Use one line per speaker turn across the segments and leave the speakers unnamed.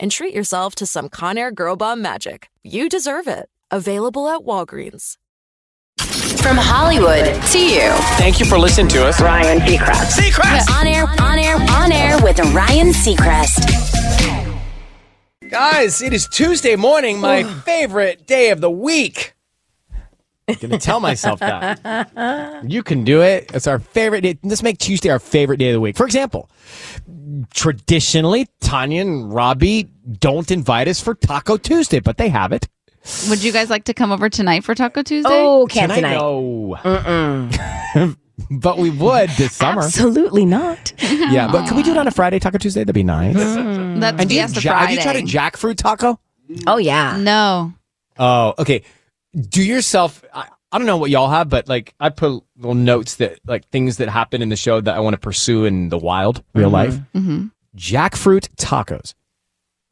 and treat yourself to some Conair Girl Bomb magic. You deserve it. Available at Walgreens.
From Hollywood to you.
Thank you for listening to us.
Ryan Seacrest.
Seacrest! On air, on air, on air with Ryan Seacrest.
Guys, it is Tuesday morning, my favorite day of the week. I'm gonna tell myself that. You can do it. It's our favorite day. Let's make Tuesday our favorite day of the week. For example, traditionally, Tanya and Robbie don't invite us for Taco Tuesday, but they have it.
Would you guys like to come over tonight for Taco Tuesday?
Oh, can't
Tonight,
tonight.
No. but we would this summer.
Absolutely not. Mm-hmm.
Yeah, but can we do it on a Friday, Taco Tuesday? That'd be nice.
Hmm, That's
And Hmm. do you
Fiesta
ja- have
Friday.
you tried a jackfruit taco?
Oh yeah.
no.
Oh, okay. Do yourself. I, I don't know what y'all have, but like I put little notes that like things that happen in the show that I want to pursue in the wild, real life.
hmm
Jackfruit tacos.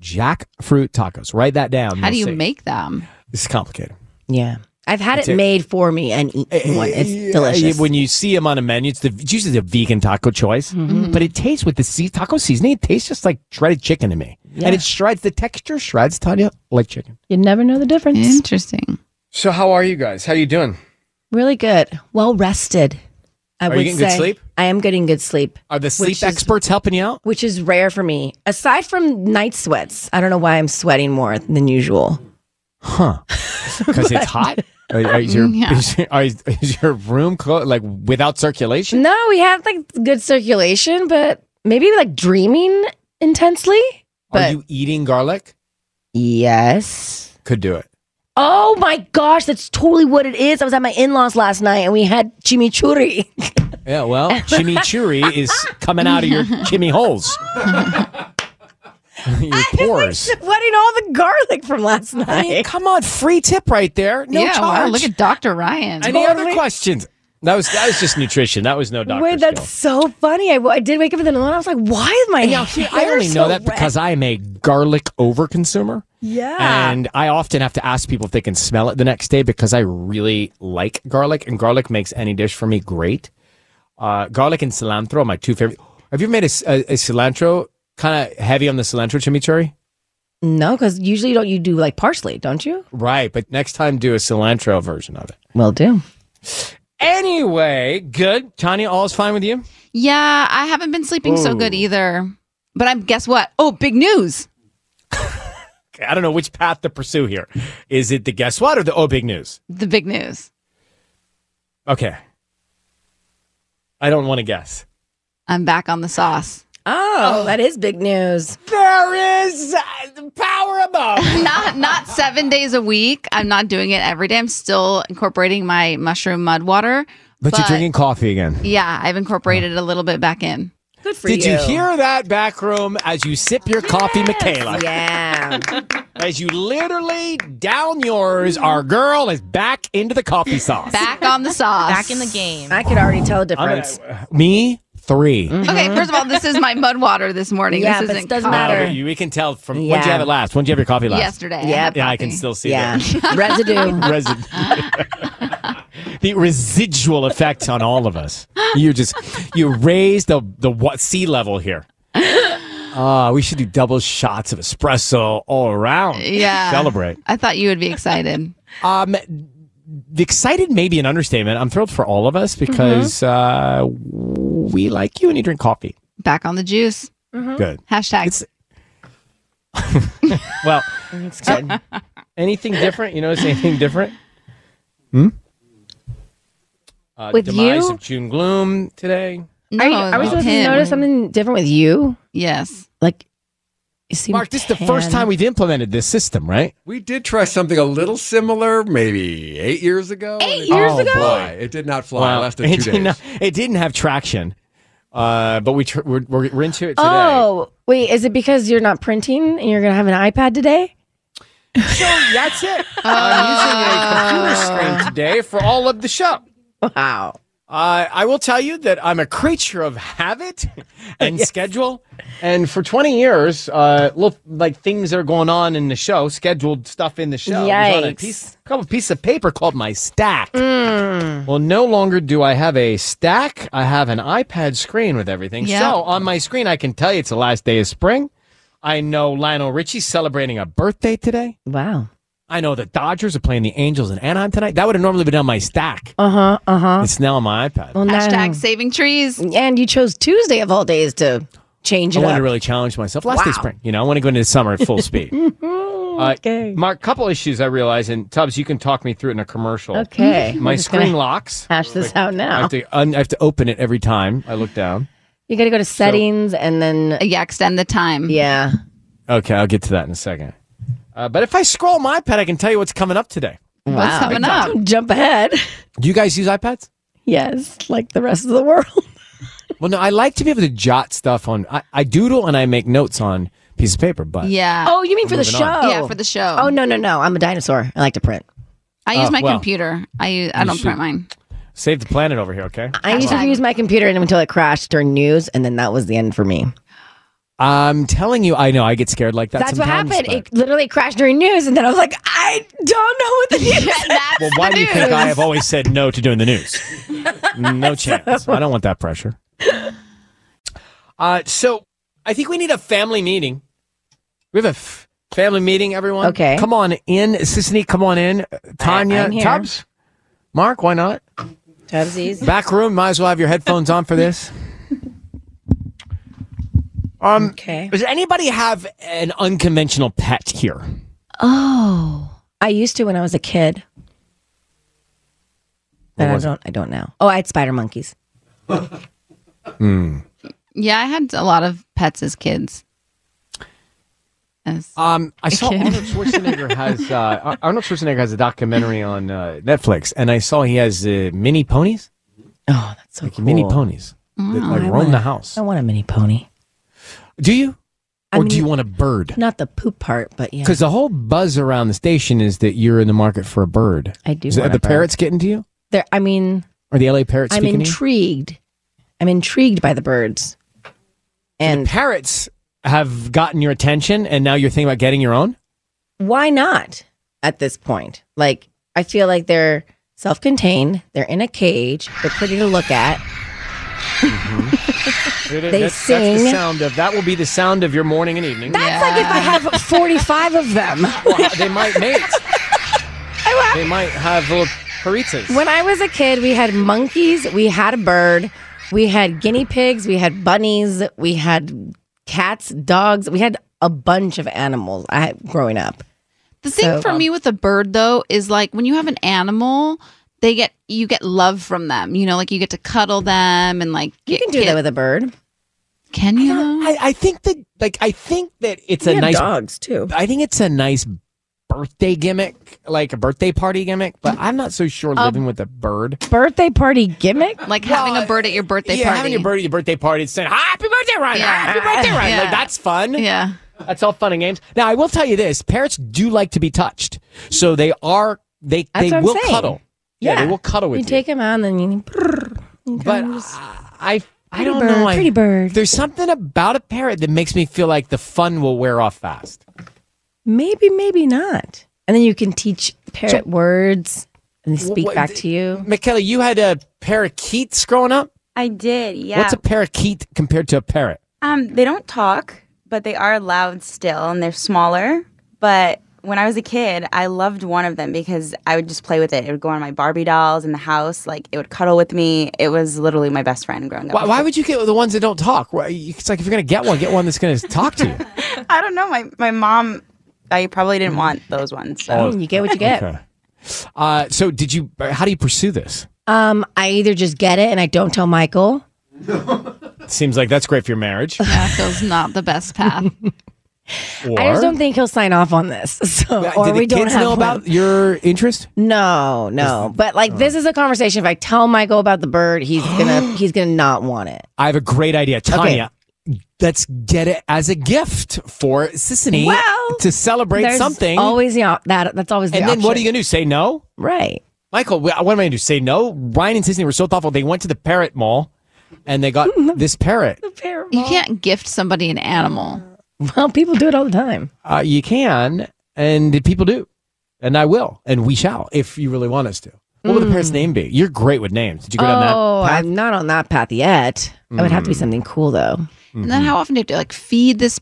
Jackfruit tacos. Write that down.
How do you
You'll see.
make them?
It's complicated.
Yeah. I've had
It's
it
a-
made for me and eaten one. It's
Yeah,
delicious.
When you see them on a menu, it's, the, it's usually the vegan taco choice,
Mm-hmm.
but it tastes with the sea, taco seasoning. It tastes just like shredded chicken to me, and it shreds. The texture shreds, Tanya, like chicken.
you never know the difference.
Interesting.
So, how are you guys? How you doing?
Really good. Well rested. I
Are you
would
getting good
say
sleep?
I am getting good sleep,
Are the sleep
is-
experts helping you out?
which is rare for me. Aside from night sweats, I don't know why I'm sweating more than usual.
Huh? Because it's hot. Are- are- Is
Mm,
your,
Yeah.
is, your- are- is your room clo- like without circulation?
No, we have like good circulation, but maybe like dreaming intensely.
are
But
you eating garlic?
yes.
Could do it.
Oh my gosh, that's totally what it is. I was at my in laws last night and we had chimichurri.
Yeah. Well, chimichurri is coming out of your chimmy holes. your pores.
Sweating all the garlic from last
I mean,
night.
come on, free tip right there. No
yeah,
charge.
wow, look at Dr. Ryan.
Any other questions? That was that was just nutrition. That was no doctor.
Wait, that's so funny. I, I did wake up in the middle and I was like, why is my
now, see,
hair
I only
so
know that
red?
because I am a garlic over consumer.
Yeah.
And I often have to ask people if they can smell it the next day because I really like garlic, and garlic makes any dish for me great. Uh, garlic and cilantro are my two favorite. Have you ever made a, c- a- a cilantro kind of heavy on the cilantro chimichurri?
no, because usually don't you do like parsley, don't you?
Right, but next time do a cilantro version of it.
Well, do.
Anyway, good. Tanya, all's fine with you?
yeah, I haven't been sleeping so good
Ooh.
either. But I'm guess what? Oh, big news.
Okay, I don't know which path to pursue here. Is it the guess what or the oh big news?
The big news.
Okay. I don't want to guess.
I'm back on the sauce.
Oh, that is big news.
There is uh, the power above.
Not not seven days a week. I'm not doing it every day. I'm still incorporating my mushroom mud water.
But, you're drinking coffee again.
Yeah, I've incorporated it a little bit back in.
Good for
Did
you.
you hear that back room as you sip your coffee, Michaela?
Yeah.
As you literally down yours, our girl is back into the coffee sauce.
Back on the sauce.
Back in the game.
I could already tell a
I'm gonna-
difference.
me, 3
Mm-hmm.
Okay, first of all, this is my mud water this morning.
Yeah,
this
but it
isn't
doesn't
coffee.
matter.
Uh, we- we can tell from when did you
Yeah.
have it last? When did you have your coffee last?
Yesterday. I
Yeah.
had
Yeah, I can
coffee.
still see
Yeah.
that.
Residue.
Resid- the residual effect on all of us. You just you raised the the what sea level here. Ah, we should do double shots of espresso all around.
Yeah.
celebrate.
I thought you would be excited.
Um, the excited may be an understatement. I'm thrilled for all of us
Mm-hmm.
because uh, we like you and you drink coffee.
Back on the juice.
Mm-hmm.
Good.
Hashtag.
It's- Well, anything different? You notice anything different? Hmm. Uh,
With
demise
you?
of June Gloom today.
no,
are, you, are we
it's
supposed
him.
to notice something different with you?
Yes.
Like, you seem
Mark, this is the first
tan.
time we've implemented this system, right?
We did try something a little similar maybe eight years ago. Eight
years ago?
Fly. Oh, It did not fly. It lasted
it,
two days.
did not, it didn't have traction, uh, but we tr- we're, we're, we're into it today.
Oh, wait. Is it because you're not printing and you're going to have an iPad today?
So that's it.
Uh,
I'm using a computer screen today for all of the show.
Wow.
Uh, I will tell you that I'm a creature of habit and schedule. And for 20 years, uh, look, like things are going on in the show, scheduled stuff in the show. It was on a
Yikes.
piece, couple piece of paper called my stack.
Mm.
Well, no longer do I have a stack. I have an iPad screen with everything.
Yeah.
So on my screen, I can tell you it's the last day of spring. I know Lionel Richie's celebrating a birthday today.
Wow.
I know the Dodgers are playing the Angels in Anaheim tonight. That would have normally been on my stack.
Uh huh. Uh huh.
It's now on my iPad.
Well, now-
Hashtag saving trees.
And you chose Tuesday of all days to change
I
it
want
up.
to really challenge myself. Last day
Wow.
spring, you know, I want to go into summer at full speed. Uh,
okay.
Mark, couple issues I realize, and Tubbs, you can talk me through it in a commercial.
Okay.
My
We're just gonna
screen locks.
Hash this out
I
now.
have, to un- I have to open it every time I look down.
You got to go to settings and then,
Yeah, extend the time.
yeah.
Okay, I'll get to that in a second. Uh, but if I scroll my iPad, I can tell you what's coming up today.
What's coming up?
Jump ahead.
Do you guys use iPads?
Yes, like the rest of the world.
Well, no, I like to be able to jot stuff on. I, I doodle and I make notes on piece of paper, but
Yeah.
Oh, you mean for the
Uh, Moving
show?
on.
Yeah, for the show.
Oh no no no! I'm a dinosaur. I like to print.
I use
Oh,
my
well.
computer. I use, I don't print mine.
save the planet over here, okay?
I used to
Hashtag.
use my computer until it crashed during news, and then that was the end for me.
I'm telling you, I know I get scared like that
That's what
sometimes,
happened.
but-
It literally crashed during news, and then I was like, I don't know what the news. is.
That's
Well, why
the
do you think
news.
I have always said no to doing the news? No chance. I don't want that pressure. Uh, so I think we need a family meeting. We have a f- family meeting, everyone.
Okay.
Come on in. Sissany, come on in. Tanya,
I'm here.
Tubbs, Mark, why not?
Tubbsies.
Back room, might as well have your headphones on for this. Um,
Okay.
Does anybody have an unconventional pet here?
Oh, I used to when I was a kid. But I
was it?
don't. I don't now. Oh, I had spider monkeys.
Hmm.
Yeah, I had a lot of pets as kids. As-
Um, I saw
Okay.
Arnold Schwarzenegger has uh, Ar- Arnold Schwarzenegger has a documentary on uh, Netflix, and I saw he has uh, mini ponies,
Oh, that's so cool. Mm,
mini ponies that like
I
roam
wanna-
the house.
I want a mini pony.
Do you,
I
or do
mean-
you want a bird?
Not the poop part, but yeah.
Because the whole buzz around the station is that you're in the market for a bird.
I do
Is it- are
want
the
a bird.
parrots getting to you?
There. I mean,
Are the LA parrots
I'm
speaking to you?
intrigued. I'm intrigued by the birds. And
Parrots have gotten your attention, and now you're thinking about getting your own.
why not at this point? Like, I feel like they're self contained, they're in a cage, they're pretty to look at.
that's, That's the
sing.
sound of that will be the sound of your morning and evening.
That's like if I have 45 of them.
Well, they might mate. they might have little paritas.
When I was a kid, we had monkeys, we had a bird, we had guinea pigs, we had bunnies, we had cats, dogs, we had a bunch of animals I, growing up.
The thing
So,
for me with a bird though is like when you have an animal, they get you get love from them. You know, like you get to cuddle them and like
You
get-
can do
get-
that with a bird.
Can you? though?
I, I think that like I think that it's
We
a
had
nice
dogs too.
I think it's a nice birthday gimmick, like a birthday party gimmick, but I'm not so sure living with a bird.
Birthday party gimmick?
Like having a bird at your birthday
yeah,
party.
having your bird at your birthday party and saying, Happy birthday, Ryan!
Yeah.
Happy birthday, Ryan!
Yeah.
Like, that's fun.
Yeah.
That's all fun and games. Now I will tell you this parents do like to be touched. So they are they they
That's what I'm
will
saying.
cuddle. Yeah. they
Yeah.
will cuddle with
You
you.
take him out and then you. you
but
kinda just-
I I, I
Pretty
don't
bird,
know. I-
pretty bird.
There's something about a parrot that makes me feel like the fun will wear off fast.
maybe, maybe not. And then you can teach parrot words and they
Wh-
speak
what-
back to you.
Michaela, you had a parakeets growing up.
I did, yeah.
What's a parakeet compared to a parrot?
um, they don't talk, but they are loud still, and they're smaller. But when I was a kid, I loved one of them because I would just play with it. It would go on my Barbie dolls in the house. Like it would cuddle with me. It was literally my best friend growing up.
Why, why would you get the ones that don't talk? Why- It's like if you're going to get one, get one that's going to talk to you.
I don't know. My my mom, I probably didn't want those ones. So.
And you get what you get.
Okay. Uh, so, did you? How do you pursue this?
Um, I either just get it and I don't tell Michael.
Seems like that's great for your marriage.
That feels not the best path.
Or
I just don't think he'll sign off on this. So,
Uh,
or
did the
we
kids
don't have
know
one.
about your interest?
No, no. But like this is a conversation. If I tell Michael about the bird, he's gonna he's gonna not want it.
I have a great idea, Tanya. Let's get it as a gift for Sissany
Well,
to celebrate
There's
something.
Always the op- that that's always the
and then what are
option.
you going to do? Say no?
Right.
Michael, wh- what am I going to do? Say no? Ryan and Sissany were so thoughtful. They went to the parrot mall and they got this parrot.
You can't gift somebody an animal.
Well, people do it all the time.
Uh, you can, and people do, and I will, and we shall if you really want us to. What would the parrot's name be? You're great with names. Did you go
Hmm. Oh,
down that? Hmm.
I'm not on that path yet. It would have to be something cool though.
Mm-hmm.
And then how often do you have to like feed this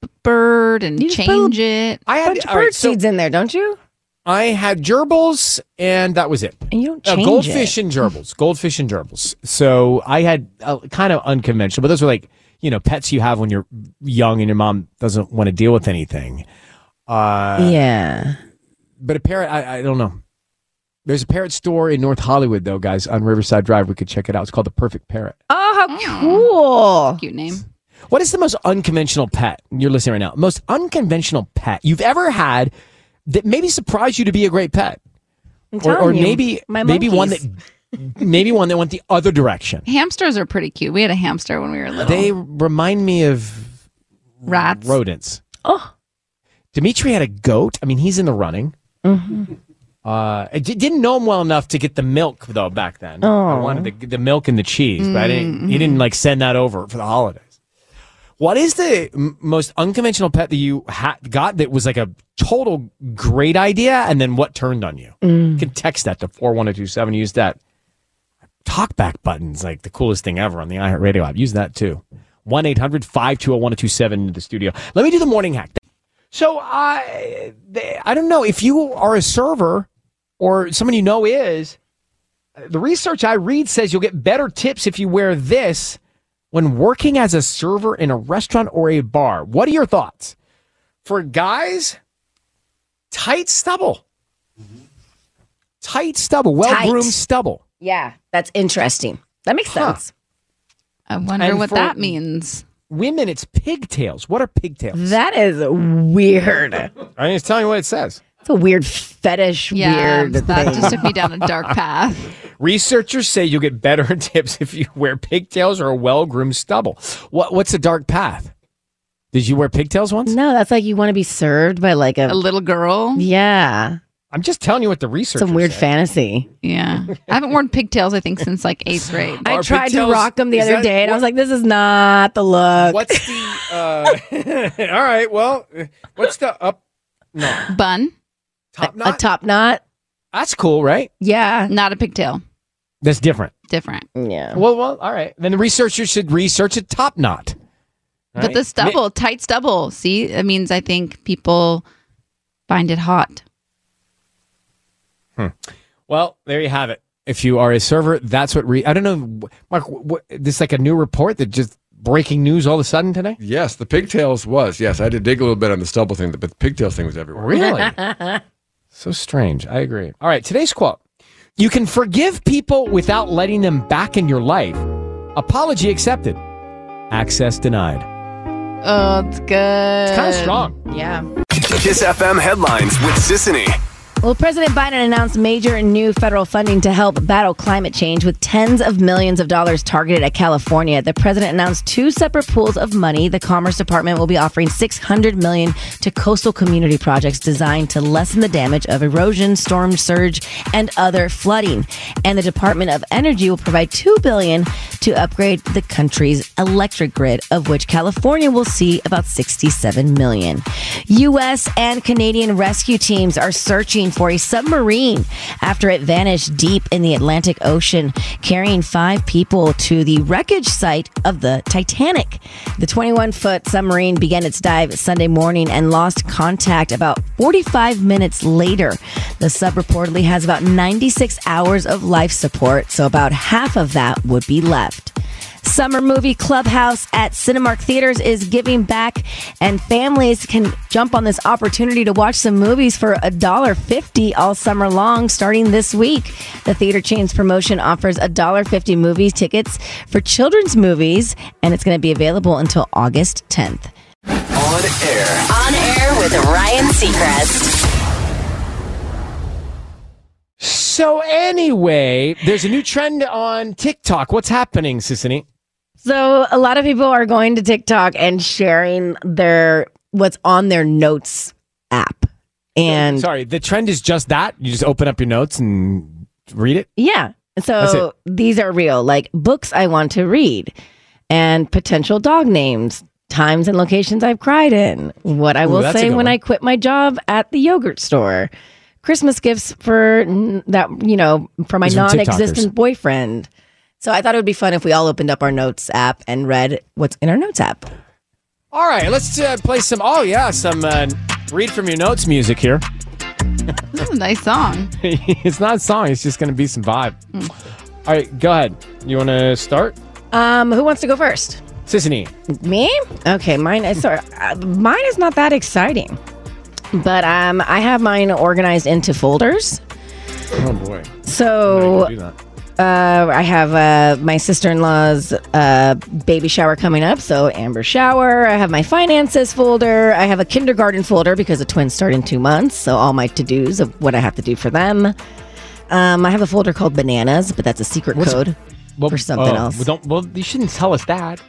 b- bird and
You just put a
change it?
I
Bunch of bird seeds in there, don't you?
I had gerbils, and that was it.
And you don't
Uh,
change
goldfish
it.
and gerbils. Goldfish and gerbils. So I had uh, kind of unconventional, but those are like you know pets you have when you're young and your mom doesn't want to deal with anything. Uh,
yeah.
but a parrot, I, I don't know. There's a parrot store in North Hollywood, though, guys, on Riverside Drive. We could check it out. It's called the Perfect Parrot.
Oh, how cool.
Mm. Cute name.
What is the most unconventional pet you're listening right now? Most unconventional pet you've ever had that maybe surprised you to be a great pet,
I'm
or,
telling
or
you,
maybe
my
maybe one
monkeys.
that maybe one that went the other direction.
Hamsters are pretty cute. We had a hamster when we were little.
They remind me of
Rats.
rodents.
Oh.
Dimitri had a goat. I mean, he's in the running. Uh, I di- didn't know him well enough to get the milk though back then. I
Oh.
wanted the, the milk and the cheese, but I didn't. He didn't like send that over for the holidays. What is the m- most unconventional pet that you ha- got that was like a total great idea, and then what turned on you? You can text that to four one zero two seven. Use that talkback button's like the coolest thing ever on the iHeartRadio app. Use that too. 1 800 520 1027 into the studio. Let me do the morning hack. So I, they- I don't know if you are a server or someone you know is. The research I read says you'll get better tips if you wear this when working as a server in a restaurant or a bar. What are your thoughts? For guys, tight stubble, tight stubble, well groomed stubble.
Yeah, that's interesting. That makes
Huh.
sense.
I wonder
And
what
for-
that means.
Women, it's pigtails. What are pigtails?
That is weird.
I just telling you what it says.
It's a weird fetish,
Yeah,
weird
that
thing.
just took me down a dark path.
Researchers say you'll get better tips if you wear pigtails or a well-groomed stubble. What What's a dark path? Did you wear pigtails once?
no, that's like you want to be served by like a,
A little girl.
yeah,
I'm just telling you what the researchers.
some weird
say.
fantasy.
Yeah, I haven't worn pigtails I think since like eighth grade.
Are
I tried to
pigtails-
rock them the
is
other
that-
day, and I was
what-
like, "This is not the look."
What's the? Uh, all right. Well, what's the up? No,
Bun,
top
a
knot.
top knot?
That's cool, right?
Yeah,
not a pigtail.
That's different.
Different.
yeah.
Well, well, all right. Then the researchers should research a top knot. All
But
right?
the stubble, tight stubble. See, it means I think people find it hot.
Well, there you have it. If you are a server, that's what. Re- I don't know, Mark. What, this is like a new report that just breaking news all of a sudden today.
Yes, the pigtails was. Yes, I had to dig a little bit on the stubble thing, but the pigtails thing was everywhere.
Really? so strange. I agree. All right, today's quote You can forgive people without letting them back in your life. Apology accepted. Access denied.
Oh, it's good. It's
kinda strong.
Yeah.
Kiss FM headlines with Sissany.
Well, President Biden announced major new federal funding to help battle climate change with tens of millions of dollars targeted at California. The president announced two separate pools of money. The Commerce Department will be offering 600 million to coastal community projects designed to lessen the damage of erosion, storm surge, and other flooding. And the Department of Energy will provide 2 billion to upgrade the country's electric grid, of which California will see about 67 million. US and Canadian rescue teams are searching for a submarine after it vanished deep in the Atlantic Ocean, carrying five people to the wreckage site of the Titanic. The 21 foot submarine began its dive Sunday morning and lost contact about 45 minutes later. The sub reportedly has about 96 hours of life support, so about half of that would be left. Summer Movie Clubhouse at Cinemark Theaters is giving back, and families can jump on this opportunity to watch some movies for $1.50 all summer long starting this week. The theater chain's promotion offers $1.50 movie tickets for children's movies, and it's going to be available until August 10th.
On air. On air with Ryan Seacrest.
So anyway, there's a new trend on TikTok. What's happening, Sissany?
So a lot of people are going to TikTok and sharing their what's on their notes app. And
sorry, the trend is just that. You just open up your notes and read it.
Yeah.
That's it.
So these are real, like books I want to read and potential dog names, times and locations I've cried in, what I
Ooh,
will
that's a
say
good
when
one.
I quit my job at the yogurt store, Christmas gifts for n- that, you know, for my
These are TikTokers.
non existent boyfriend. So I thought it would be fun if we all opened up our notes app and read what's in our notes app.
All right, let's uh, play some. Oh yeah, some uh, read from your notes music here.
This is a nice song.
it's not a song. It's just going to be some vibe. All right, go ahead. You want to start,
Um, who wants to go first?
Sissany?
Me? Okay, mine is sorry. uh, Mine is not that exciting, but um, I have mine organized into folders.
Oh boy.
So
do that.
uh, I have uh, my sister in law's uh, baby shower coming up. So, Amber shower. I have my finances folder. I have a kindergarten folder because the twins start in two months. So, all my to dos of what I have to do for them. Um, I have a folder called bananas, but that's a secret code for something
Oh,
else.
Well, don't, well, you shouldn't tell us that.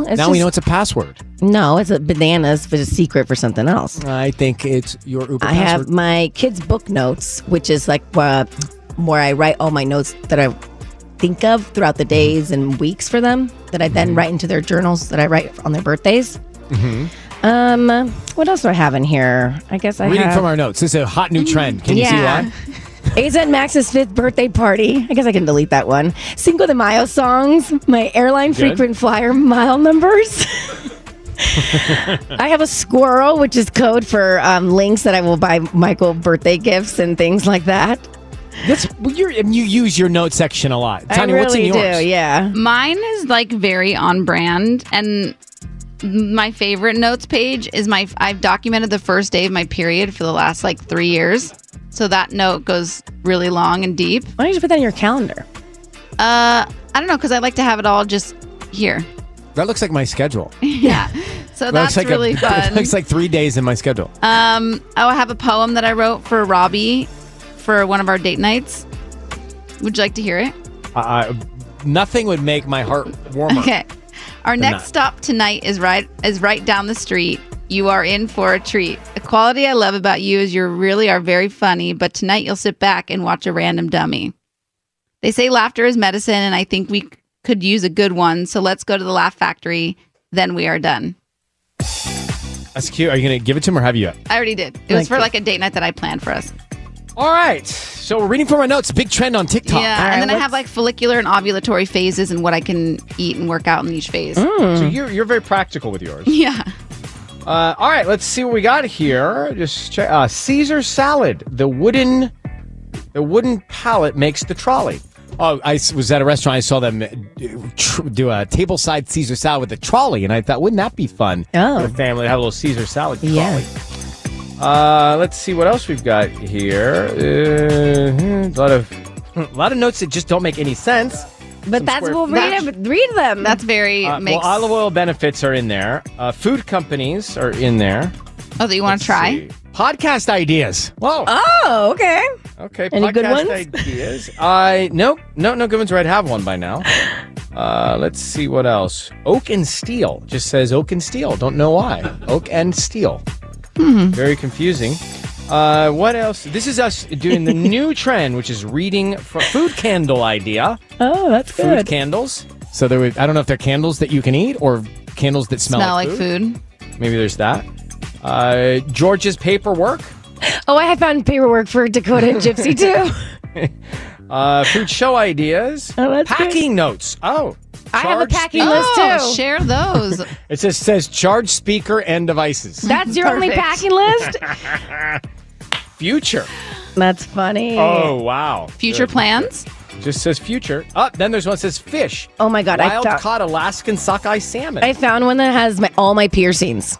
now
it's
we
just-
know it's a password.
No, it's a bananas, but it's a secret for something else.
I think it's your Uber
I have my kids' book notes, which is like uh, where I write all my notes that I think of throughout
Mm-hmm.
the days and weeks for them that I then write into their journals that I write on their birthdays.
Mm-hmm.
Um, what else do I have in here? I guess I
Reading
have Mm-hmm.
from our notes. This is a hot new trend. Can
Mm. Yeah.
you see why?
Aza and Max's fifth birthday party. I guess I can delete that one. Cinco de Mayo songs, my airline
Good.
frequent flyer mile numbers. I have a squirrel, which is code for um, links that I will buy Michael birthday gifts and things like that.
That's well, you're, and you use your note section a lot.
I
Tanya, what's in
really do,
yours?
yeah.
Mine is like very on brand and my favorite notes page is my I've documented the first day of my period for the last like 3 years. So that note goes really long and deep.
Why don't you just put that in your calendar?
Uh I don't know cuz I like to have it all just here.
That looks like my schedule.
So
That
that's
looks like a-
really
It
fun.
looks like three days in my schedule.
Um, I have a poem that I wrote for Robbie for one of our date nights. Would you like to hear it?
I, I, nothing would make my heart warmer.
Okay. Our
They're
next
not.
stop tonight is right is right down the street. You are in for a treat. A quality I love about you is you really are very funny, but tonight you'll sit back and watch a random dummy. They say laughter is medicine, and I think we c- could use a good one. So let's go to the Laugh Factory. Then we are done.
That's cute. Are you going to give it to him or have you?
I already did. It
Like
was for
the-
like a date night that I planned for us.
All right. So we're reading from our notes. Big trend on TikTok.
Yeah, and then I have like follicular and ovulatory phases and what I can eat and work out in each phase.
Mm.
So you're, you're very practical with yours.
yeah.
Uh, all right, let's see what we got here. Just check uh, Caesar salad. The wooden, the wooden pallet makes the trolley. Oh, I s- was at a restaurant. I saw them uh, do- tr- do a tableside Caesar salad with a trolley, and I thought, wouldn't that be fun?
Oh,
for the family to have a little Caesar salad trolley.
Yeah.
Uh, let's see what else we've got here. Uh, hmm, a lot of, a lot of notes that just don't make any sense.
But that's
square-
we'll read them. Read them.
That's very
Uh,
makes.
Well, olive oil benefits are in there. Uh, food companies are in there.
oh, that you want to try?
Podcast ideas. Whoa.
Oh, okay.
Okay.
Any good
podcast
ones?
Ideas. I no no no good ones. Where I'd have one by now. Uh, let's see what else. Oak and steel just says oak and steel. Don't know why. Oak and steel.
Mm-hmm.
Very confusing. Uh, what else? This is us doing the new trend, which is reading fr- food candle idea.
Oh, that's
Food candles. So there, were, I don't know if they're candles that you can eat or candles that smell,
Smell like food.
Maybe there's that. Uh, George's paperwork.
Oh, I have found paperwork for Dakota and Gypsy too.
Uh, food show ideas.
Oh, that's good.
packing notes. Oh,
I have a
charge
packing
speaker.
list
Oh,
too.
share those.
It just says charge speaker and devices.
That's your only
Perfect.
packing list.
future.
That's funny.
Oh wow.
Future
Good.
plans?
Just says future. Oh, then there's one that says fish.
Oh my god, I
Wild
found
caught Alaskan sockeye salmon.
I found one that has my, all my piercings.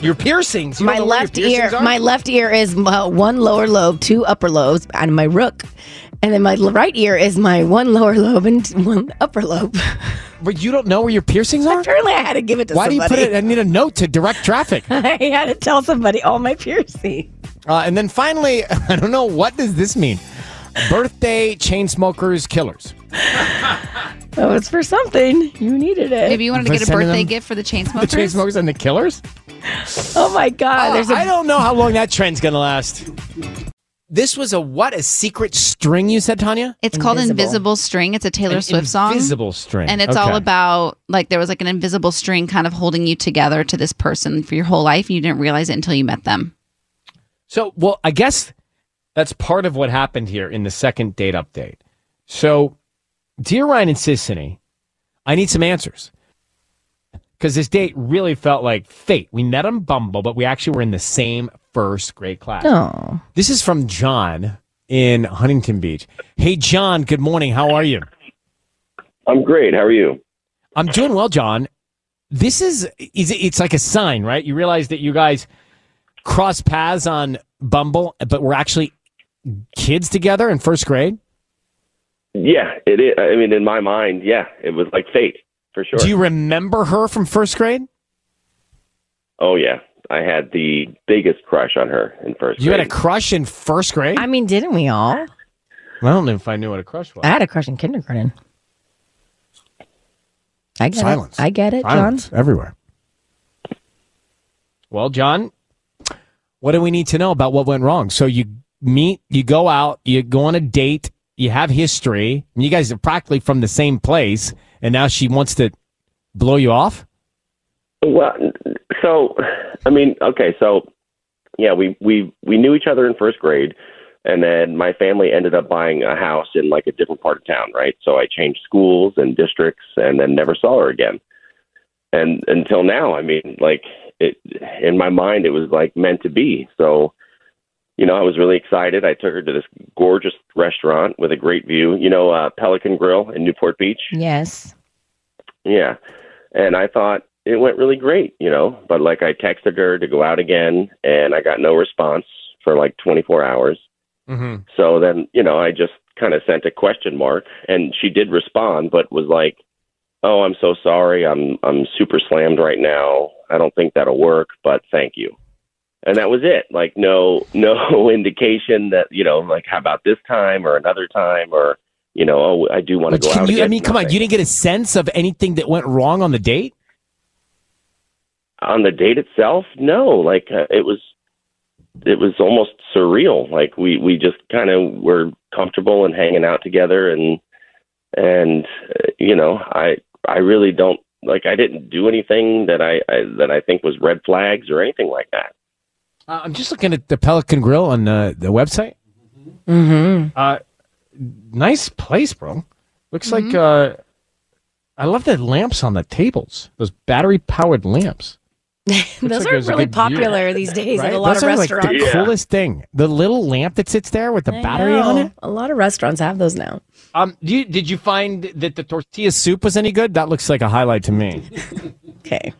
your piercings. You
my
don't know where your
left ear,
piercings are?
my left ear is uh, one lower lobe, two upper lobes, and my rook. And then my l- right ear is my one lower lobe and t- one upper lobe.
But you don't know where your piercings are.
Apparently, I had to give it to
Why do you
somebody.
put it? I need a note to direct traffic.
I had to tell somebody all my piercings.
Uh, and then finally, I don't know what does this mean. Birthday chain smokers killers.
Oh, it's for something. You needed it.
Maybe you wanted
For
to get a
sending
birthday
them-
gift for the chain
The chain
smokers.
smokers and the killers.
Oh my god, there's a
I don't know how long that trend's gonna last. This was a what? A secret string? You said, Tanya?
It's called
Invisible.
Invisible String. It's a Taylor
An
Swift song.
Invisible string.
And it's all
Okay.
about like there was like an invisible string kind of holding you together to this person for your whole life. And you didn't realize it until you met them.
So, well, I guess that's part of what happened here in the second date update. So, dear Ryan and Sissany, I need some answers because this date really felt like fate. We met on Bumble, but we actually were in the same first grade class.
Oh.
This is from John in Huntington Beach. Hey, John. Good morning. How are you?
I'm great. How are you?
I'm doing well, John. This is is it's like a sign, right? You realize that you guys cross paths on Bumble, but we're actually kids together in first grade.
Yeah, it is. I mean, in my mind, yeah, it was like fate for sure.
Do you remember her from first grade?
oh yeah, I had the biggest crush on her in first.
You had
grade.
a crush in first grade?
I mean, didn't we all?
I don't know if I knew what a crush was.
I had a crush in kindergarten. I get
Silence.
it. I get it,
Silence everywhere. Well, John, what do we need to know about what went wrong? So you meet, you go out, you go on a date, you have history, and you guys are practically from the same place, and now she wants to blow you off.
Well, so I mean, okay, so yeah, we we we knew each other in first grade, and then my family ended up buying a house in like a different part of town, right? So I changed schools and districts, and then never saw her again. And until now, I mean, like it in my mind, it was like meant to be. So. You know, I was really excited. I took her to this gorgeous restaurant with a great view. You know, uh, Pelican Grill in Newport Beach.
John. Yes.
Yeah. And I thought it went really great, you know, but like I texted her to go out again and I got no response for like 24 hours.
Mm-hmm.
So then, you know, I just kind of sent a question mark and she did respond but was like, "Oh, I'm so sorry. I'm I'm super slammed right now. I don't think that'll work, but thank you." And that was it. Like no no indication that, you know, like how about this time or another time or you know, oh, I do want to go
can
out
you,
again.
I mean, come on,
Nothing.
you didn't get a sense of anything that went wrong on the date?
on the date itself no like uh, it was it was almost surreal like we we just kind of were comfortable and hanging out together and and uh, you know i i really don't like i didn't do anything that I, I that i think was red flags or anything like that
Uh, I'm just looking at the Pelican Grill on the, the website.
Mm-hmm.
Uh, nice place, bro. Looks like
Mm-hmm.
uh, I love the lamps on the tables. Those battery powered lamps.
Those
like it
are
was a
really
good view.
popular these days at a lot
Those
of
are like
restaurants.
the
Yeah.
coolest thing. The little lamp that sits there with the
I
battery on
know.
it.
A lot of restaurants have those now.
Um, do you, did you find that the tortilla soup was any good? That looks like a highlight to me.
Okay.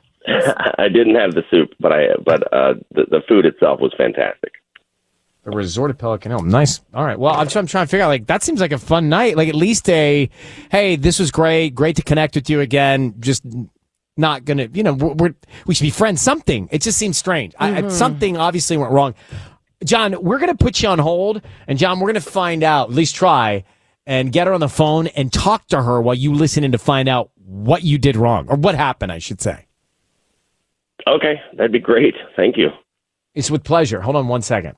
i didn't have the soup but i but uh the, the food itself was fantastic
a resort at Pelican Hill. Nice. All right. Well, I'm, try- I'm trying to figure out, like, that seems like a fun night. Like, at least a, hey, this was great. Great to connect with you again. Just not going to, you know, we're, we're, we should be friends. Something. It just seems strange. I, I,
Mhm.
something obviously went wrong. John, we're going to put you on hold. And, John, we're going to find out, at least try, and get her on the phone and talk to her while you listen in to find out what you did wrong or what happened, I should say.
Okay, that'd be great. Thank you.
It's with pleasure. Hold on one second.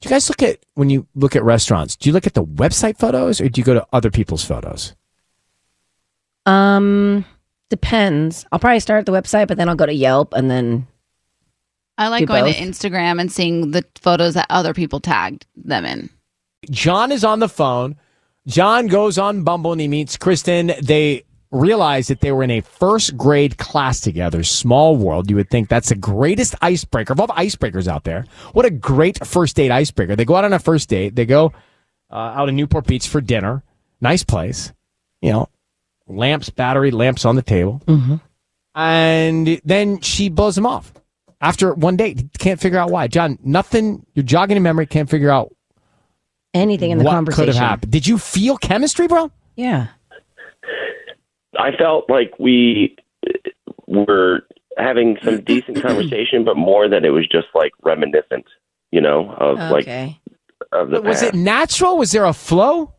Do you guys look at when you look at restaurants? Do you look at the website photos or do you go to other people's photos?
Um, depends. I'll probably start at the website, but then I'll go to Yelp and then
I like
Do
going
both.
to Instagram and seeing the photos that other people tagged them in.
John is on the phone. John goes on Bumble and he meets Kristen. They realize that they were in a first grade class together, small world. You would think that's the greatest icebreaker of all the icebreakers out there. What a great first date icebreaker. They go out on a first date, they go uh, out in Newport Beach for dinner. Nice place. You know, lamps, battery lamps on the table. Mm-hmm. And then she blows him off after one date. Can't figure out why. John, nothing. You're jogging in memory. Can't figure out
anything in the
what
conversation.
could have happened. Did you feel chemistry, bro?
Yeah.
I felt like we were having some decent conversation, but more that it was just like reminiscent, you know, of
Okay.
like of the
Was it
past.
natural? Was there a flow?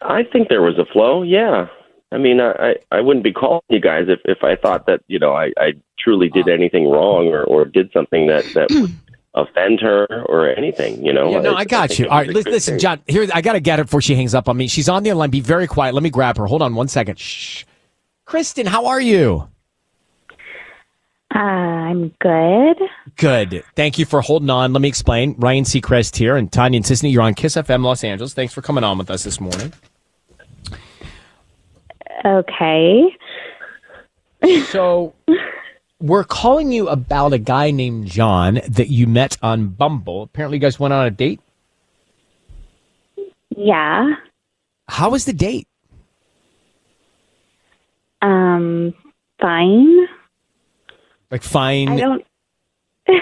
I think there was a flow. Yeah, I mean, I I, I wouldn't be calling you guys if if I thought that you know I I truly did anything wrong or or did something that that would offend her or anything. You know.
yeah, no, I got
think
you.
it
All
was
right,
a
li-
good
listen,
thing.
John. Here, I gotta get her before she hangs up on me. She's on the other line. Be very quiet. Let me grab her. Hold on one second. Shh. Kristen, how are you?
Uh, I'm good.
Good. Thank you for holding on. Let me explain. Ryan Seacrest here and Tanya and Sisney. You're on Kiss FM Los Angeles. Thanks for coming on with us this morning.
Okay.
So we're calling you about a guy named John that you met on Bumble. Apparently, you guys went on a date.
Yeah.
How was the date?
Um, fine.
Like, fine.
I don't.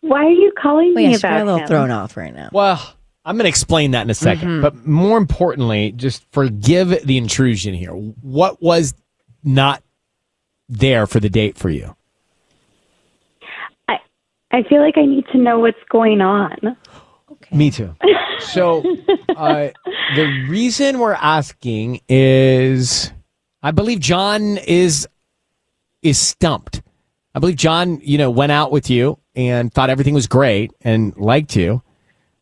Why are you
Oh,
calling me about him? Mm-hmm.
off right now.
Well, I'm going to explain that in a 2nd but more importantly, just forgive the intrusion here. What was not there for the date for you?
I I feel like I need to know what's going on.
Me too. So, uh, the reason we're asking is, I believe John is is stumped. I believe John, you know, went out with you and thought everything was great and liked you,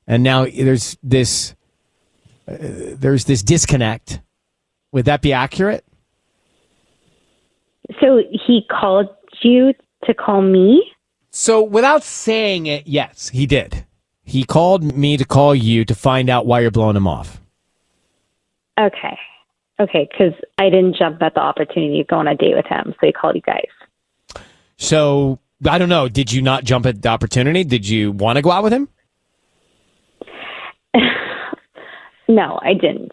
and now there's this uh, there's this disconnect. Would that be accurate?
So he called you to call me.
So, without saying it, yes, he did. He called me to call you to find out why you're blowing him off.
Okay. Okay, because I didn't jump at the opportunity to go on a date with him, so he called you guys.
So I don't know. Did you not jump at the opportunity? Did you want to go out with him?
No, I didn't.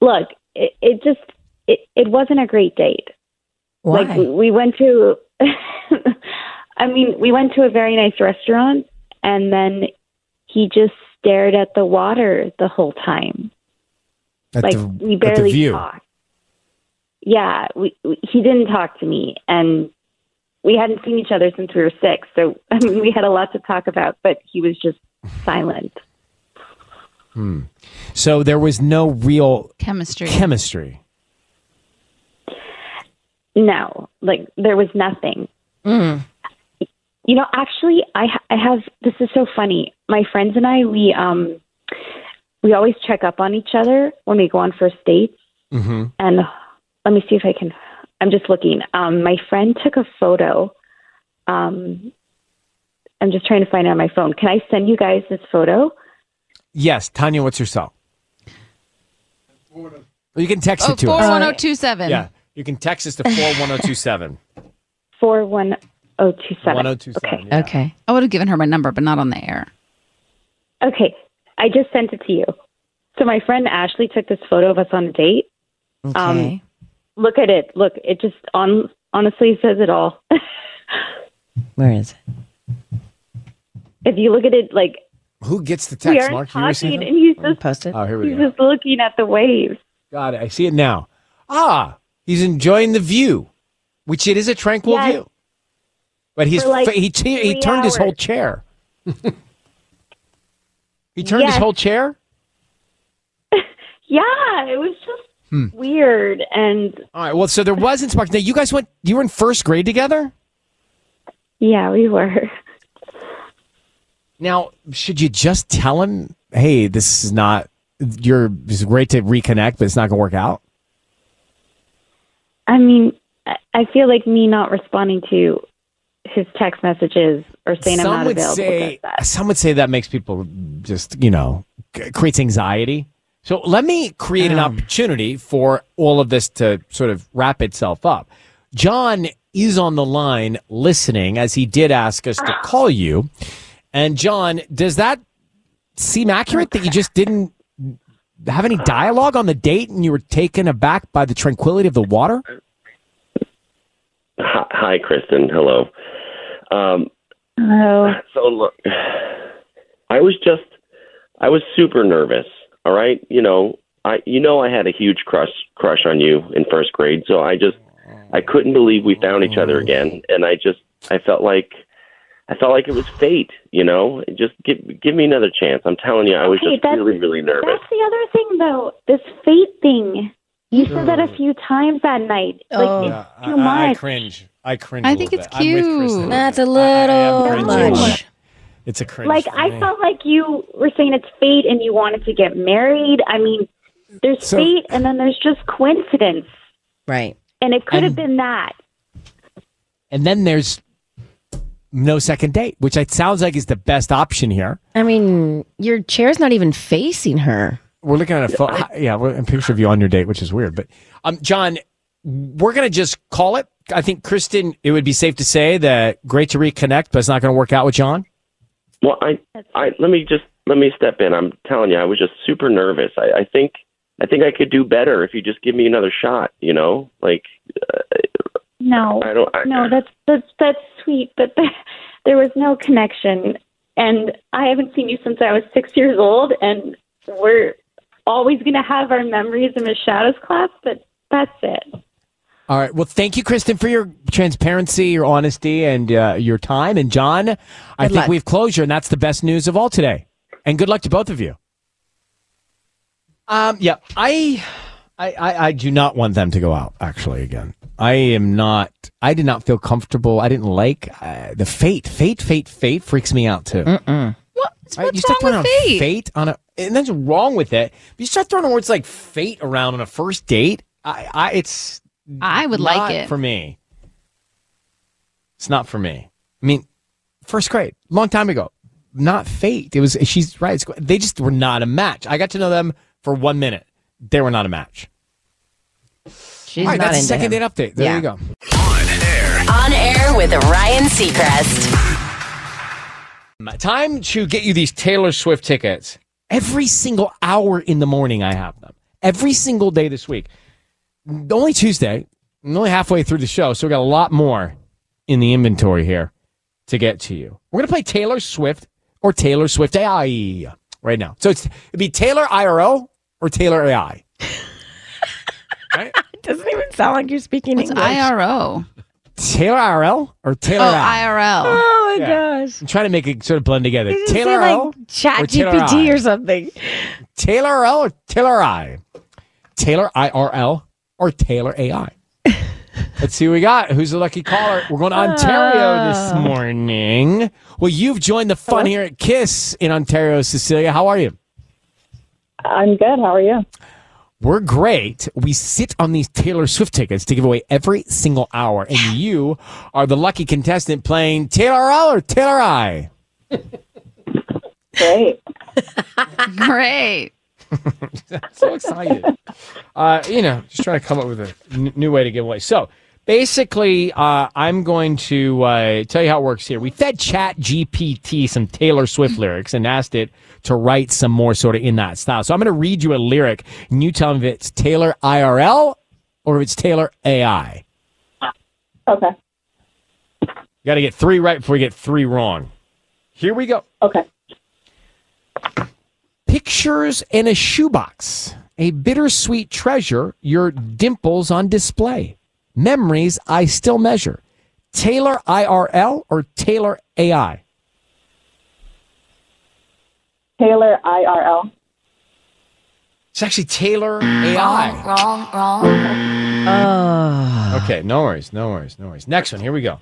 Look, it, it just it, it wasn't a great date. Like we- we went to I mean, we went to a very nice restaurant and then he just stared at the water the whole time.
At
like
the-
we
at the
barely
view.
talked. Yeah, we, we, he didn't talk to me and we hadn't seen each other since we were 6. So I mean, we had a lot to talk about, but he was just silent.
Hmm. So there was no real
chemistry.
Chemistry.
No, like there was nothing. You know, actually, I ha- I have this is so funny. My friends and I we um we always check up on each other when we go on first dates.
Mm-hmm.
And let me see if I can. I'm just looking. Um, my friend took a photo. Um, I'm just trying to find it on my phone. Can I send you guys this photo?
Yes, Tanya. What's your cell? You can text
Oh,
it to
four
us.
one zero two seven.
Yeah, you can text us to four one zero two seven.
Four one zero two seven.
One zero two seven.
Okay. I would have given her my number, but not on the air.
Okay, I just sent it to you. So my friend Ashley took this photo of us on a date. Um,
Okay.
look at it. Look, it just on honestly says it all.
Where is it?
if you look at it like
Who gets the
we
text,
aren't
Mark? You receive
talking,
it?
and he's just
Posted. Oh, here we
he's
go.
just looking at the waves.
Got it. I see it now. Ah, he's enjoying the view, which it is a tranquil
Yes.
view. But he's
For like
fa- he t- he
three
turned his whole
hours.
chair. he turned
Yes.
his whole chair.
Yeah, it was just
Hmm.
weird and
All right. Well, so there was inspiration. Now you guys went. You were in first grade together.
yeah, we were.
Now, should you just tell him, "Hey, this is not. You're it's great to reconnect, but it's not going to work out."
I mean, I- I feel like me not responding to his text messages or saying
some
I'm not
would
available.
say some would say that makes people just you know c- creates anxiety. So let me create an opportunity for all of this to sort of wrap itself up. John is on the line listening as he did ask us
Ah.
to call you. And John, does that seem accurate that you just didn't have any dialogue on the date and you were taken aback by the tranquility of the water?
Hi, hi, Kristen. Hello. Um,
Oh.
Hello.
So look, I was just, I was super nervous. All right, you know, I, you know, I had a huge crush, crush on you in first grade. So I just, I couldn't believe we found each other again, and I just, I felt like, I felt like it was fate. You know, just give, give me another chance. I'm telling you, I was
Okay,
just
that's-
really, really nervous.
That's the other thing, though. This fate thing. You said that a few times that night. Like,
Oh.
it's
Yeah,
too
I- I
much.
cringe. I cringe.
I
a
think
little
it's
bit. I'm with Kristen.
cute. That's a
I- I am
little
cringing.
much.
It's a cringe.
like
for
I
me.
felt like you were saying it's fate, and you wanted to get married. I mean, there's
So-
fate, and then there's just coincidence,
Right.
and it could have been that.
And then there's no second date, which it sounds like is the best option here.
I mean, your chair's not even facing her.
We're looking at a photo. Yeah, we're a picture of you on your date, which is weird. But um, John, we're gonna just call it. I think Kristen, it would be safe to say that great to reconnect, but it's not gonna work out with John.
Well, I, I let me just let me step in. I'm telling you, I was just super nervous. I, I think, I think I could do better if you just give me another shot. You know, like
No,
I don't. I,
no, that's that's that's sweet, but there, there was no connection, and I haven't seen you since I was six years old, and we're always going to have our memories in Miss Shadow's class, but that's it.
All right. Well, thank you, Kristen, for your transparency, your honesty, and uh, your time. And John, I
Good
think
luck.
we have closure, and that's the best news of all today. And good luck to both of you. Um, yeah, I, I, I, I do not want them to go out. Actually, again, I am not. I did not feel comfortable. I didn't like uh, the fate. Fate, fate, fate freaks me out too.
Mm-mm.
What?
what's
you start
wrong
throwing around
with fate?
fate on a, and that's wrong with it. But you start throwing words like fate around on a first date. I, I it's.
I would like
not
it.
for me. It's not for me. I mean, first grade, long time ago. Not fate. It was. She's right. It's, they just were not a match. I got to know them for one minute. They were not a match.
She's
All right,
not
that's the
into
second
him.
date update. There
Yeah.
you go.
On air with Ryan Seacrest.
Time to get you these Taylor Swift tickets. Every single hour in the morning, I have them. Every single day this week. Only Tuesday, and only halfway through the show, so we got a lot more in the inventory here to get to you. We're gonna play Taylor Swift or Taylor Swift AI right now. So it's it'd be Taylor IRO or Taylor AI.
It doesn't even sound like you're speaking
What's
English.
IRO?
Taylor IRL or Taylor
oh,
AI?
IRL.
Oh my
Yeah.
gosh.
I'm trying to make it sort of blend together.
You just
Taylor
said,
IRL
like Chat
or Taylor I?
GPT or something.
Taylor L or Taylor I? Taylor IRL or Taylor AI? Let's see what we got. Who's the lucky caller? We're going to Ontario this morning. Well, you've joined the fun here at KISS in Ontario, Cecilia. How are you?
I'm good. How are you?
We're great. We sit on these Taylor Swift tickets to give away every single hour, and you are the lucky contestant playing Taylor L or Taylor I.
Great.
Great.
so excited. uh, you know, just trying to come up with a n- new way to give away. So basically, uh, I'm going to uh, tell you how it works here. We fed Chat GPT some Taylor Swift lyrics and asked it to write some more sort of in that style. So I'm going to read you a lyric, and you tell me if it's Taylor IRL or if it's Taylor AI.
Okay.
You got to get three right before you get three wrong. Here we go.
Okay.
Pictures in a shoebox, a bittersweet treasure, your dimples on display. Memories I still measure. Taylor IRL or Taylor AI?
Taylor IRL.
It's actually Taylor AI.
Wrong, wrong.
okay, no worries, no worries, no worries. Next one, here we go.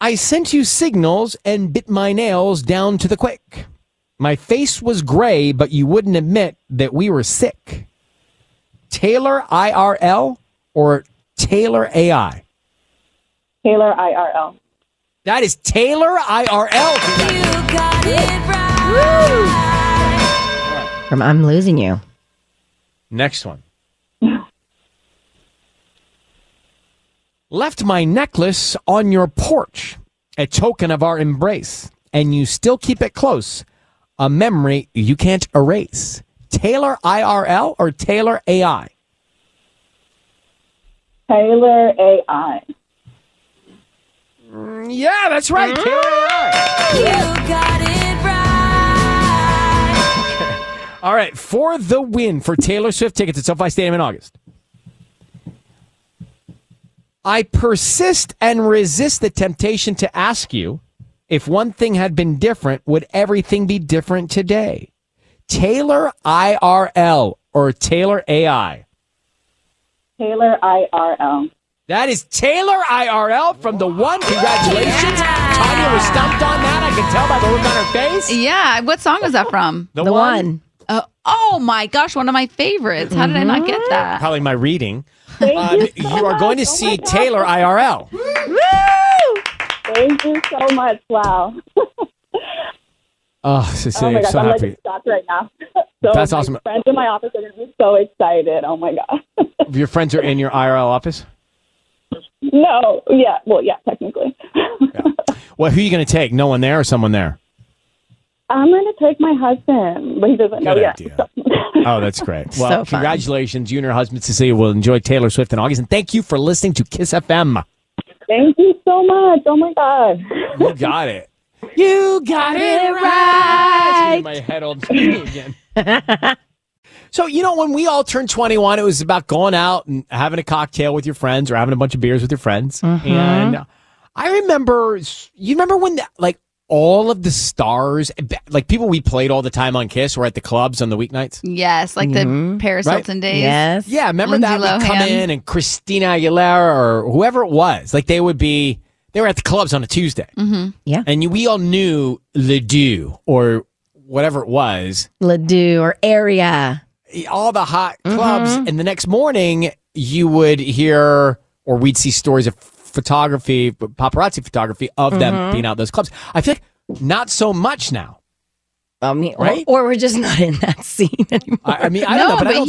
I sent you signals and bit my nails down to the quick. My face was gray, but you wouldn't admit that we were sick. Taylor IRL or Taylor AI?
Taylor IRL.
That is Taylor IRL.
From I'm losing you.
Next one. Left my necklace on your porch, a token of our embrace, and you still keep it close, a memory you can't erase. Taylor IRL or Taylor AI?
Taylor AI.
Yeah, that's right.
Mm-hmm. You got it
All right, for the win for Taylor Swift tickets at SoFi Stadium in August. I persist and resist the temptation to ask you if one thing had been different, would everything be different today? Taylor IRL or Taylor AI?
Taylor IRL.
That is Taylor IRL from the one. Congratulations. Tanya was stumped on that. I can tell by the look on her face.
Yeah. What song was that from?
The The One. One.
Uh, oh my gosh, one of my favorites. How did I not get that?
Probably my reading. Um, you are going to
Oh
see Taylor IRL.
Thank you so much. Wow.
Oh, Cecilia,
oh my
I'm
gosh,
so
I'm like
happy.
in shock right now. so
That's
my
awesome.
Friends in my office are going to be so excited. Oh my gosh.
Your friends are in your IRL office.
No, yeah, well, yeah, technically.
Well, who are you going to take? No one there or someone there?
I'm going to take my husband, but he doesn't know
Good
yet.
Oh, that's great.
So
Well,
fun.
congratulations. You and her husband, Cecilia, will enjoy Taylor Swift in August. And thank you for listening to Kiss FM.
Thank you so much. Oh my God.
You got it. You got it right. My head all again. So, you know, when we all turned 21, it was about going out and having a cocktail with your friends or having a bunch of beers with your friends.
Mm-hmm.
And I remember, you remember when, the, like, all of the stars, like people we played all the time on Kiss were at the clubs on the weeknights?
Yes, like the
Mm-hmm.
Mhm.
Paris
Right?
Hilton days.
Yeah, remember
Lindsay
that would come
Lohan.
in and Christina Aguilera or whoever it was, like they would be, they were at the clubs on a Tuesday.
Mm-hmm.
Yeah.
And you- we all knew Ledoux or whatever it was,
Ledoux or area. Mm-hmm.
all the hot clubs.
Mm-hmm.
And the next morning, you would hear or we'd see stories of photography, paparazzi photography of them
Mhm.
being out at those clubs. I feel like not so much now.
I mean, or-
Right?
or, we're just not in that scene anymore.
I, I mean, I don't know, but, I don't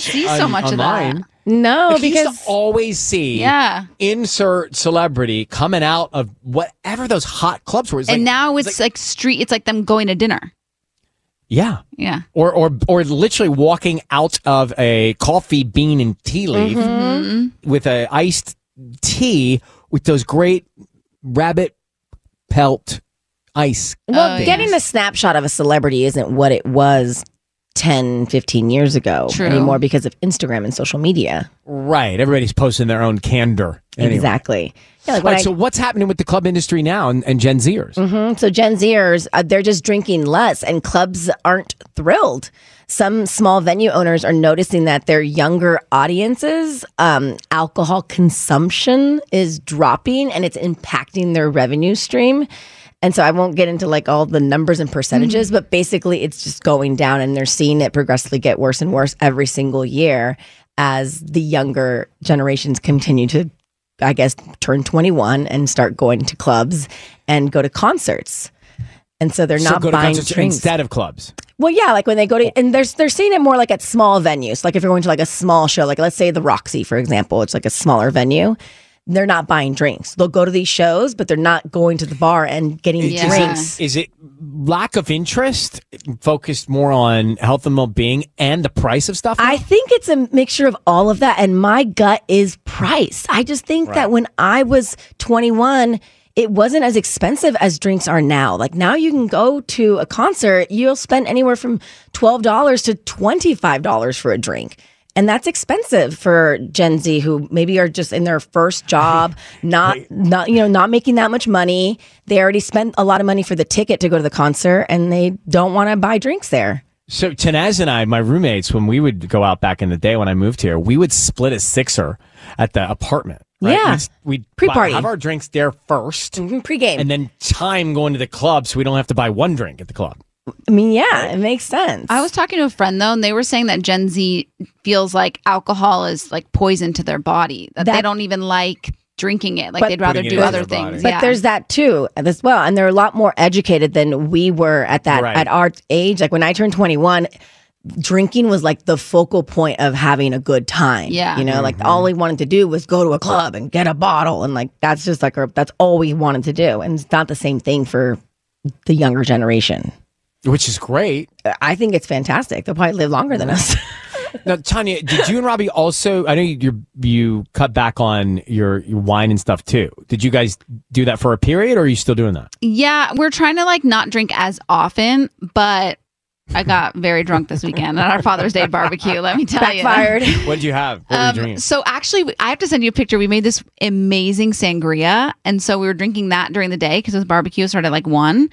see so much. on- online.
No,
Like, you
Oh, because
used to always see
Yeah.
insert celebrity coming out of whatever those hot clubs were. It's
and
like-
now it's, like, street. It's like them going to dinner.
yeah,
Yeah.
or or or literally walking out of a coffee bean and tea leaf
Mhm.
Mm-hmm.
with a iced tea with those great rabbit pelt ice.
well,
things.
Oh, getting a snapshot of a celebrity isn't what it was 10, 15 years ago
True.
anymore because of Instagram and social media.
right. Everybody's posting their own candor. Anyway.
Exactly. Yeah, like
All
when
right,
I-
so what's happening with the club industry now and, and Gen Zers?
hmm So Gen Zers, uh, they're just drinking less, and clubs aren't thrilled. Some small venue owners are noticing that their younger audiences, um, alcohol consumption is dropping, and it's impacting their revenue stream. And so I won't get into like all the numbers and percentages, but basically it's just going down, and they're seeing it progressively get worse and worse every single year as the younger generations continue to I guess, turn 21 and start going to clubs and go to concerts. And so they're
So
not
go to
buying
concerts
drinks.
instead of clubs.
well, yeah, like when they go to, and they're, they're seeing it more like at small venues. Like if you're going to like a small show, like let's say the Roxy, for example, it's like a smaller venue. They're not buying drinks. They'll go to these shows, but they're not going to the bar and getting
It- is it-
drinks.
Is it lack of interest focused more on health and well being and the price of stuff?
I think it's a mixture of all of that. And my gut is price. I just think
Right.
that when I was 21, it wasn't as expensive as drinks are now. Like now you can go to a concert, you'll spend anywhere from $12 to $25 for a drink. And that's expensive for Gen Z who maybe are just in their first job, not not you know, not making that much money. They already spent a lot of money for the ticket to go to the concert and they don't want to buy drinks there.
So Tanaz and I, my roommates, when we would go out back in the day when I moved here, we would split a sixer at the apartment. Right?
Yeah.
We'd, we'd buy-
Pre-party.
have our drinks there 1st
Mm-hmm,
pre-game.
and then time going to the club so we don't have to buy one drink at the club.
I mean, yeah, it makes sense.
I was talking to a friend though, and they were saying that Gen Z feels like alcohol is like poison to their body. That, they
That-
don't even like drinking it. Like
But-
they'd rather
Putting it
do
in
other
their body.
things.
But
yeah.
there's that too as well, and they're a lot more educated than we were at that
Right.
at our age. Like when I turned 21, drinking was like the focal point of having a good time.
Yeah.
you know,
Mm-hmm.
like all we wanted to do was go to a club and get a bottle, and like that's just like our, that's all we wanted to do, and it's not the same thing for the younger generation.
Which is great.
I think it's fantastic. They'll probably live longer than us.
Now, Tanya, did you and Robbie also? I know you you're- you cut back on your, your wine and stuff too. Did you guys do that for a period, or are you still doing that?
yeah, we're trying to like not drink as often, but I got very drunk this weekend at our Father's Day barbecue. Let me tell you,
what did you have? What were you
Um,
drinking?
so actually, we- I have to send you a picture. We made this amazing sangria, and so we were drinking that during the day because it was barbecue. It started at like one,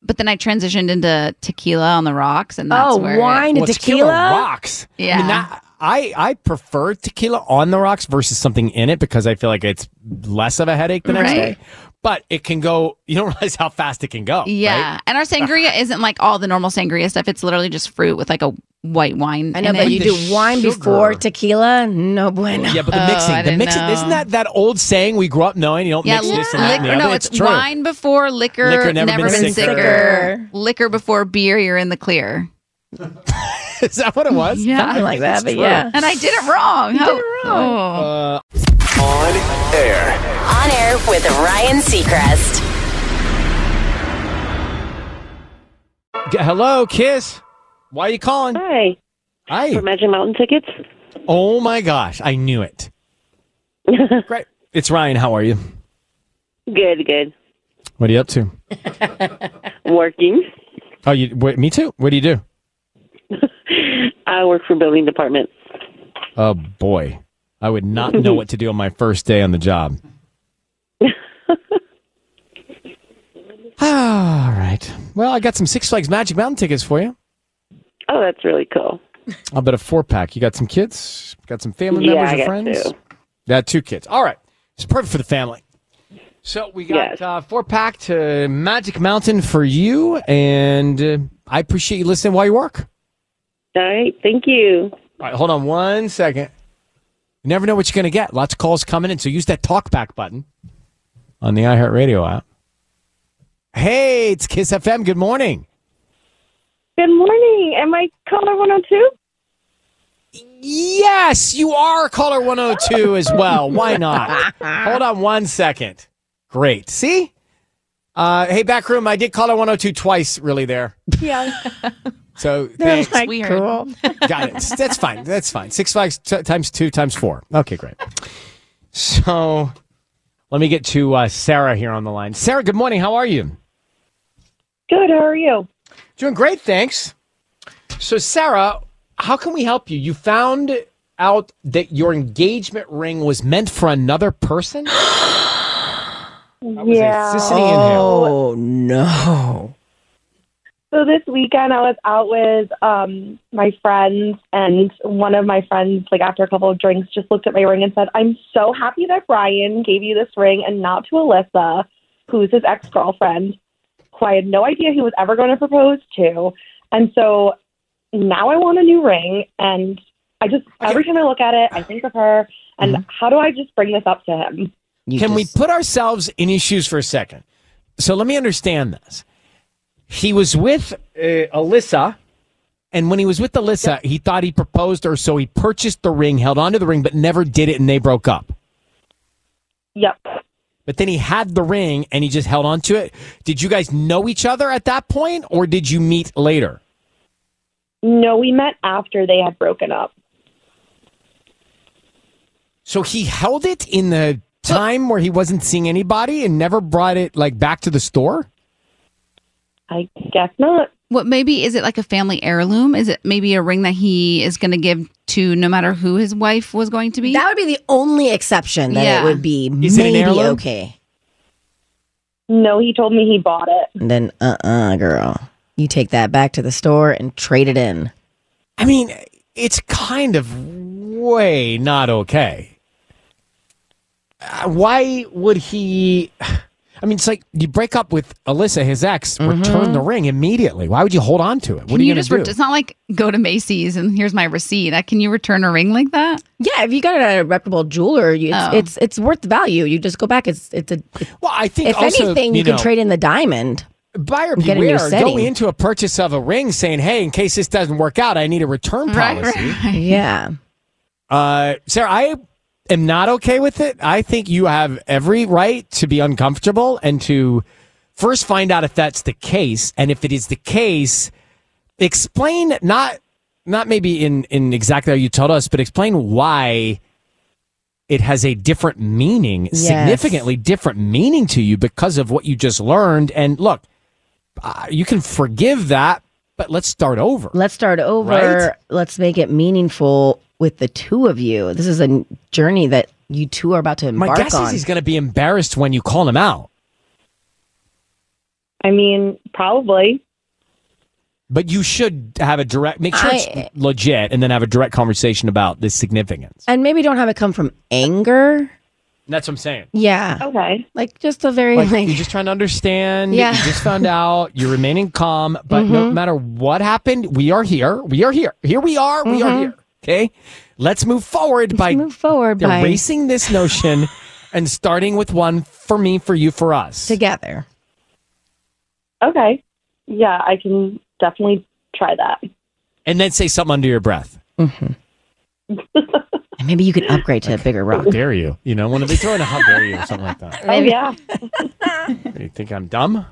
but then I transitioned into tequila on the rocks, and that's
Oh,
where
wine and
Well,
rocks. I mean,
Yeah.
that- I, I prefer tequila on the rocks versus something in it because I feel like it's less of a headache the next
Right.
day. But it can go. You don't realize how fast it can go.
Yeah,
right?
and our sangria isn't like all the normal sangria stuff. It's literally just fruit with like a white wine.
I know,
in
but
it.
you do wine before tequila, no bueno. Uh,
Yeah, but the
Oh, I
mixing, the
didn't
mixing, isn't
know.
that that old saying we grew up knowing? You don't
Yeah,
mix this and that. and the
liquor-
other?
no, it's, wine before liquor,
Liquor
never, been, sicker.
sicker.
Liquor before beer, you're in the clear.
Is that what it was?
Yeah. Something like that, but yeah. And I did it wrong.
You
How-
did it wrong.
Uh,
On air.
On air with Ryan Seacrest.
G- Hello, Kiss. Why are you calling?
Hi.
Hi. For
Magic Mountain tickets.
Oh my gosh, I knew it. Great. It's Ryan. How are you?
Good, good.
What are you up to?
Working.
Oh, you. Wait, me too. What do you do?
I work for building department.
Oh boy, I would not know what to do on my first day on the job. All right. Well, I got some Six Flags Magic Mountain tickets for you.
Oh, that's really cool.
I'll bet a four pack. You got some kids? Got some family
Yeah,
members
I
or
got
friends?
two.
Got two kids. All right. It's perfect for the family. So we got uh, four pack to Magic Mountain for you, and uh, I appreciate you listening while you work.
All right. Thank you. All
right. Hold on one second. You never know what you're going to get. Lots of calls coming in, so use that talk back button on the iHeartRadio app. Hey, it's Kiss FM. Good morning.
Good morning. Am I caller 102?
Yes, you are caller 102 as well. Why not? Hold on one second. Great. See? Uh, hey, back room, I did caller 102 twice, really, there.
Yeah.
So
They're
thanks.
like, cool.
Got it. That's fine. That's fine. Six flags t- times two times four. Okay, great. So let me get to uh, Sarah here on the line. Sarah, good morning. How are you?
Good. How are you?
Doing great, thanks. So, Sarah, how can we help you? You found out that your engagement ring was meant for another person? was a
yeah.
Sicily in here.
Oh no.
So this weekend I was out with um my friends and one of my friends like after a couple of drinks just looked at my ring and said, "I'm so happy that Ryan gave you this ring and not to Alyssa, who's his ex-girlfriend, who I had no idea he was ever going to propose to." And so now I want a new ring and I just every time I look at it, I think of her and how do I just bring this up to him?
Can we put ourselves in his shoes for a second? So let me understand this. He was with uh, Alyssa, and when he was with Alyssa, he thought he proposed to her, so he purchased the ring, held onto the ring, but never did it, and they broke up.
Yep.
But then he had the ring, and he just held onto it. Did you guys know each other at that point, or did you meet later?
No, we met after they had broken up.
So he held it in the time where he wasn't seeing anybody and never brought it like back to the store?
I guess not. What maybe is it like a family heirloom? Is it maybe a ring that he is going to give to no matter who his wife was going to be?
That would be the only exception that
Yeah.
it would be
Is it an
maybe
heirloom?
okay.
No, he told me he bought it.
And then, uh uh girl. You take that back to the store and trade it in.
I mean, it's kind of way not okay. Uh, why would he? I mean, it's like you break up with Alyssa, his ex, return
Mm-hmm.
the ring immediately. Why would you hold on to it? What
Can
are you,
you
going
just
to
ret-
do?
it's not like go to Macy's and here's my receipt. Uh, Can you return a ring like that?
Yeah, if you got it at a reputable jeweler, you, it's,
Oh.
it's it's worth the value. You just go back. It's it's a.
well, I think
if
also,
anything, you,
you know,
can trade in the diamond.
Buyer
get a new
Beware
setting.
going into a purchase of a ring, saying, "Hey, in case this doesn't work out, I need a return
Right,
policy."
Yeah.
Uh, Sarah, I am not okay with it. I think you have every right to be uncomfortable and to first find out if that's the case, and if it is the case, explain not not maybe in in exactly how you told us, but explain why it has a different meaning,
Yes.
significantly different meaning to you because of what you just learned. And look, uh, you can forgive that, but let's start over.
Let's start over.
Right?
Let's make it meaningful with the two of you. This is a n- journey that you two are about to
My
embark
guess
on.
is he's going to be embarrassed when you call him out.
I mean, probably.
But you should have a direct, make sure
I-
it's legit, and then have a direct conversation about the significance.
and maybe don't have it come from anger.
That's what I'm saying.
Yeah.
Okay.
Like just a very
Like,
like,
you're just trying to understand.
Yeah.
You just found out. You're remaining calm, but no
Mhm.
matter what happened, we are here. We are here. Here we are. We are
Mhm.
here. Okay. Let's move forward by
move forward by
erasing this notion and starting with one for me, for you, for us
together.
Okay. Yeah, I can definitely try that.
And then say something under your breath.
Mm-hmm.
And maybe you could upgrade to a bigger
How
rock.
dare you? You know, when they throw in a how dare you or something like that.
Oh, yeah.
You think I'm dumb?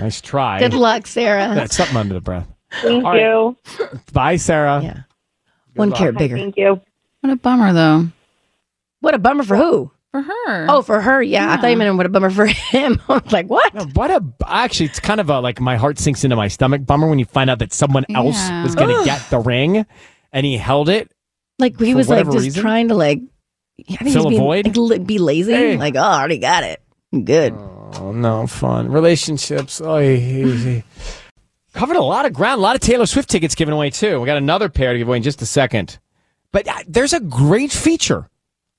Nice try.
Good luck, Sarah.
That's something under the breath.
Thank
All right.
you.
Bye, Sarah.
Yeah. One
luck.
carat bigger.
Thank you.
What a bummer, though.
What a bummer for who?
For her.
Oh, for her. Yeah. I thought you
Yeah.
meant what a bummer for him. I was like, what?
What a actually, it's kind of a like my heart sinks into my stomach bummer when you find out that someone else
Yeah.
was going to
Ugh.
get the ring, and he held it.
Like he
For
was like
whatever
just
reason?
trying to like. I think
Fill a
he's being,
void?
Like, li- be lazy.
Hey.
Like oh, I already got it. I'm good.
Oh no, fun relationships. Oh, covered a lot of ground. A lot of Taylor Swift tickets given away too. We got another pair to give away in just a second. But uh, there's a great feature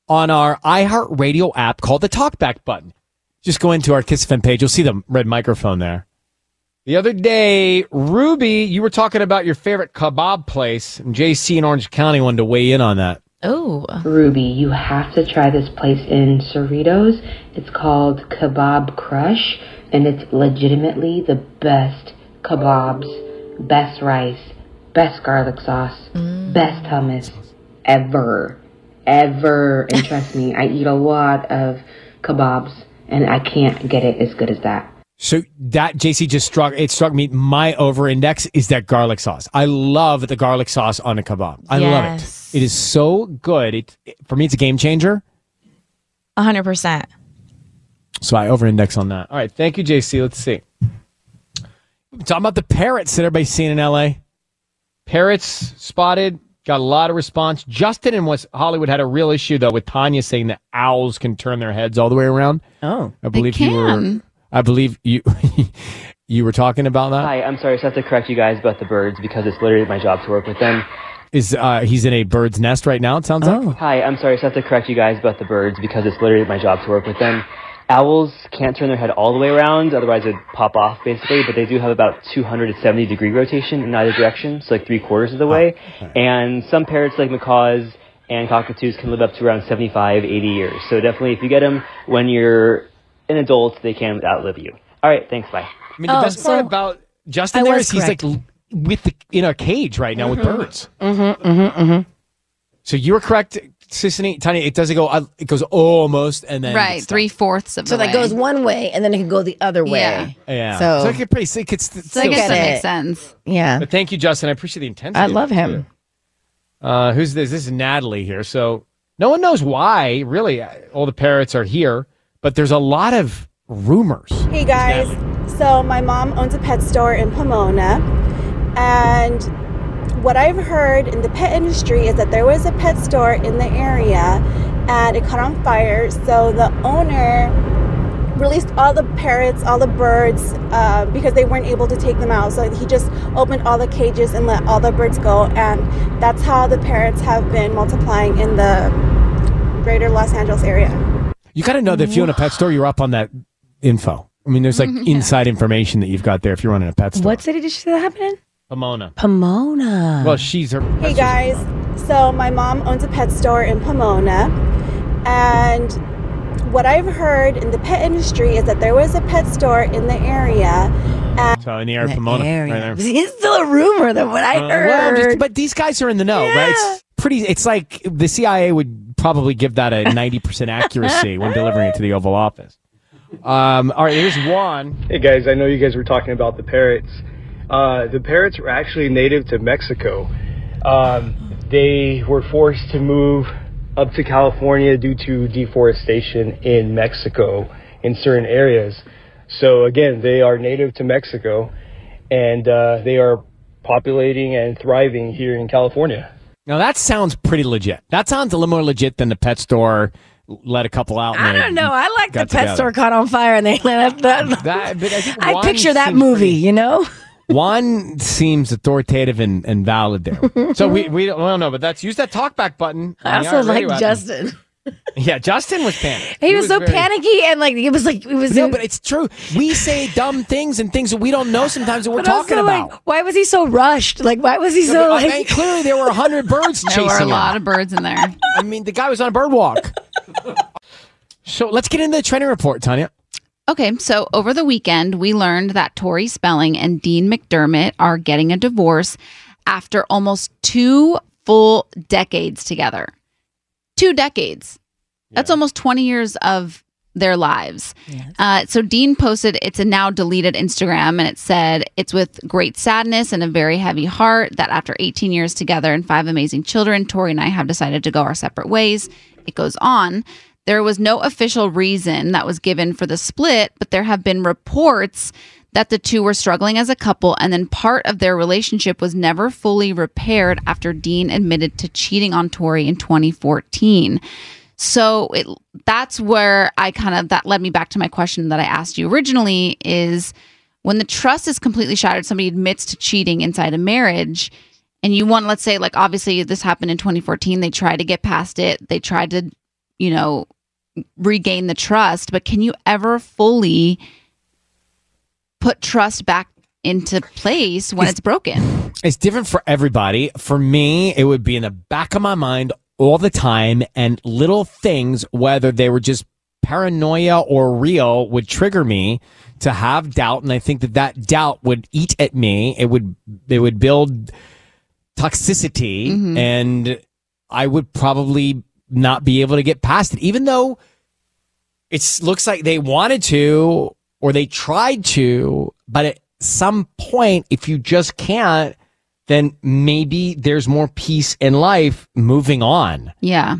on our iHeartRadio app called the Talkback button. Just go into our Kiss FM page. You'll see the red microphone there. The other day, Ruby, you were talking about your favorite kebab place, and JC in Orange County wanted to weigh in on that.
Oh.
Ruby, you have to try this place in Cerritos. It's called Kebab Crush, and it's legitimately the best kebabs, best rice, best garlic sauce, best hummus ever. Ever. And trust me, I eat a lot of kebabs, and I can't get it as good as that.
So that JC just struck it struck me my over index is that garlic sauce. I love the garlic sauce on a kebab. I
Yes.
love it. It is so good. It, it- for me it's a game changer.
hundred percent.
So I over index on that. Oh, All right, thank you JC. Let's see. We're Talking about the parrots that everybody's seen in LA. Parrots spotted, got a lot of response. Justin in West Hollywood had a real issue though with Tanya saying that owls can turn their heads all the way around.
Oh.
I believe you were
can.
I believe you you were talking about that.
Hi, I'm sorry, I just have to correct you guys about the birds because it's literally my job to work with them.
is uh, he's in a bird's nest right now. It sounds like.
Hi, I'm sorry, I just have to correct you guys about the birds because it's literally my job to work with them. Owls can't turn their head all the way around, otherwise it'd pop off basically, but they do have about 270 degree rotation in either direction, so like three quarters of the way. And some parrots like macaws and cockatoos can live up to around 75, 80 years. So definitely if you get them when you're an adult, they can outlive you. All right, thanks, bye.
I mean, the
Oh,
best part
so-
about Justin
I
there
was
is he's like
correct.
l- with the in a cage right now with
Mhm.
birds.
Mm-hmm. Mm-hmm. Mm-hmm.
So you were correct, Sissany. Tanya, it doesn't go. uh, It goes almost and then
right. Three fourths of
So
the
that
way.
goes one way, and then it can go the other way.
Yeah.
Yeah.
So-
it could pretty. so It could st-
So I
still
guess that
stay.
makes
sense.
Yeah.
But thank you, Justin. I appreciate the intensity.
I
of
love
it,
him.
too. Uh, who's this? This is Natalie here. So No one knows why, really. uh, All the parrots are here, but there's a lot of rumors.
Hey guys. So my mom owns a pet store in Pomona, and what I've heard in the pet industry is that there was a pet store in the area, and it caught on fire. So the owner released all the parrots, all the birds, uh, because they weren't able to take them out. So he just opened all the cages and let all the birds go, and that's how the parrots have been multiplying in the greater Los Angeles area.
You kind of know that if you own a pet store, you're up on that info. I mean, there's like
Mhm, yeah.
inside information that you've got there if you're running a pet store.
What city did she say that happened in?
Pomona.
Pomona.
Well, she's her.
Hey guys, so my mom owns a pet store in Pomona, and what I've heard in the pet industry is that there was a pet store in the area.
uh,
And
So in the area, Pomona, right there.
It's still a rumor than what I
Uh,
heard.
well, I'm just- but these guys are in the know, right? It's pretty. It's like the CIA would probably give that a 90% accuracy when delivering it to the Oval Office. Um, all right, here's one.
Hey guys, I know you guys were talking about the parrots. Uh, the parrots were actually native to Mexico. Um, they were forced to move up to California due to deforestation in Mexico in certain areas. So again, they are native to Mexico, and uh, they are populating and thriving here in California.
Now that sounds pretty legit. That sounds a little more legit than the pet store let a couple out. and
I
they
don't know. I like the
got
pet
together.
store caught on fire and they lit up the.
I,
I
one
picture that
seems
movie, you know?
One seems authoritative and, and valid there. So we, we don't, we don't know, but that's use that talkback button.
I
on the
also
iHeart
like
Radio app.
Justin.
Yeah, Justin was panicked.
He, was, so
very-
panicky and like it was like it was.
No, but it's true. We say dumb things and things that we don't know sometimes that we're
But also,
talking about.
Like, why was he so rushed? Like why was he
No,
so
but, oh, I
like?
mean, clearly there were hundred birds
There were a
chasing
lot
him.
of birds in there.
I mean, the guy was on a bird walk. so let's get into the trending report, Tanya.
Okay, so over the weekend, we learned that Tori Spelling and Dean McDermott are getting a divorce after almost two full decades together. Two decades. That's almost 20 years of their lives. Uh, so Dean posted, it's a now deleted Instagram, and it said, It's with great sadness and a very heavy heart that after 18 years together and five amazing children, Tori and I have decided to go our separate ways. It goes on. There was no official reason that was given for the split, but there have been reports that the two were struggling as a couple, and then part of their relationship was never fully repaired after Dean admitted to cheating on Tori in 2014. So it, that's where I kind of that led me back to my question that I asked you originally is when the trust is completely shattered, somebody admits to cheating inside a marriage, and you want, let's say, like obviously this happened in 2014, they tried to get past it, they tried to, you know, regain the trust, but can you ever fully put trust back into place when it's broken?
It's different for everybody. For me, it would be in the back of my mind all the time, and little things, whether they were just paranoia or real, would trigger me to have doubt, and I think that that doubt would eat at me. It would it would build toxicity,
Mhm.
and I would probably not be able to get past it, even though it looks like they wanted to or they tried to, but at some point, if you just can't, then maybe there's more peace in life moving on
Yeah.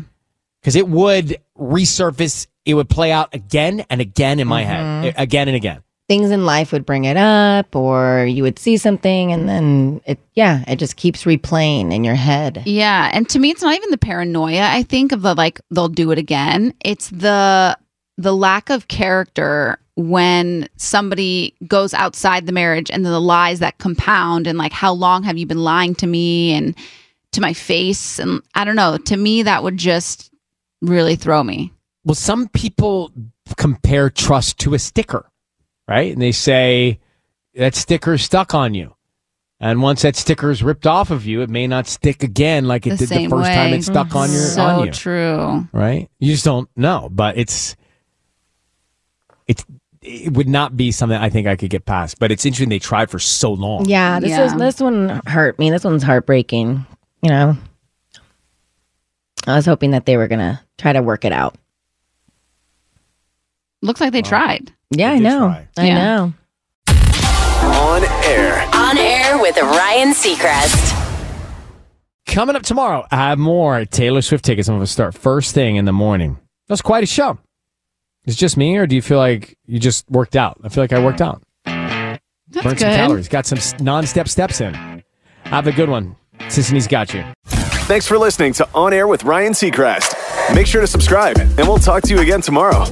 because it would resurface. It would play out again and again in my head, a- again and again.
Things in life would bring it up, or you would see something, and then it, yeah, it just keeps replaying in your head.
Yeah. And to me, it's not even the paranoia, I think, of the like, they'll do it again. It's the the lack of character when somebody goes outside the marriage and the lies that compound and like how long have you been lying to me and to my face and I don't know to me that would just really throw me
Well, some people compare trust to a sticker, right? And they say that sticker's stuck on you. And once that sticker is ripped off of you, it may not stick again like it
the
did the
same
first
way
time it stuck on your
so
on you.
true
right? You just don't know, but it's it's it would not be something I think I could get past. But it's interesting they tried for so long.
Yeah, this was this one hurt me. This one's heartbreaking. You know, I was hoping that they were gonna try to work it out.
looks like they tried
Yeah, I know. I
Yeah.
know.
On air with Ryan Seacrest.
Coming up tomorrow, I have more Taylor Swift tickets. I'm going to start first thing in the morning. That's quite a show. It's just me, or do you feel like you just worked out? I feel like I worked out.
That's
Burned some
good.
calories. Got some s- non-step steps in. I have a good one. Sisney's got you.
Thanks for listening to On Air with Ryan Seacrest. Make sure to subscribe, and we'll talk to you again tomorrow.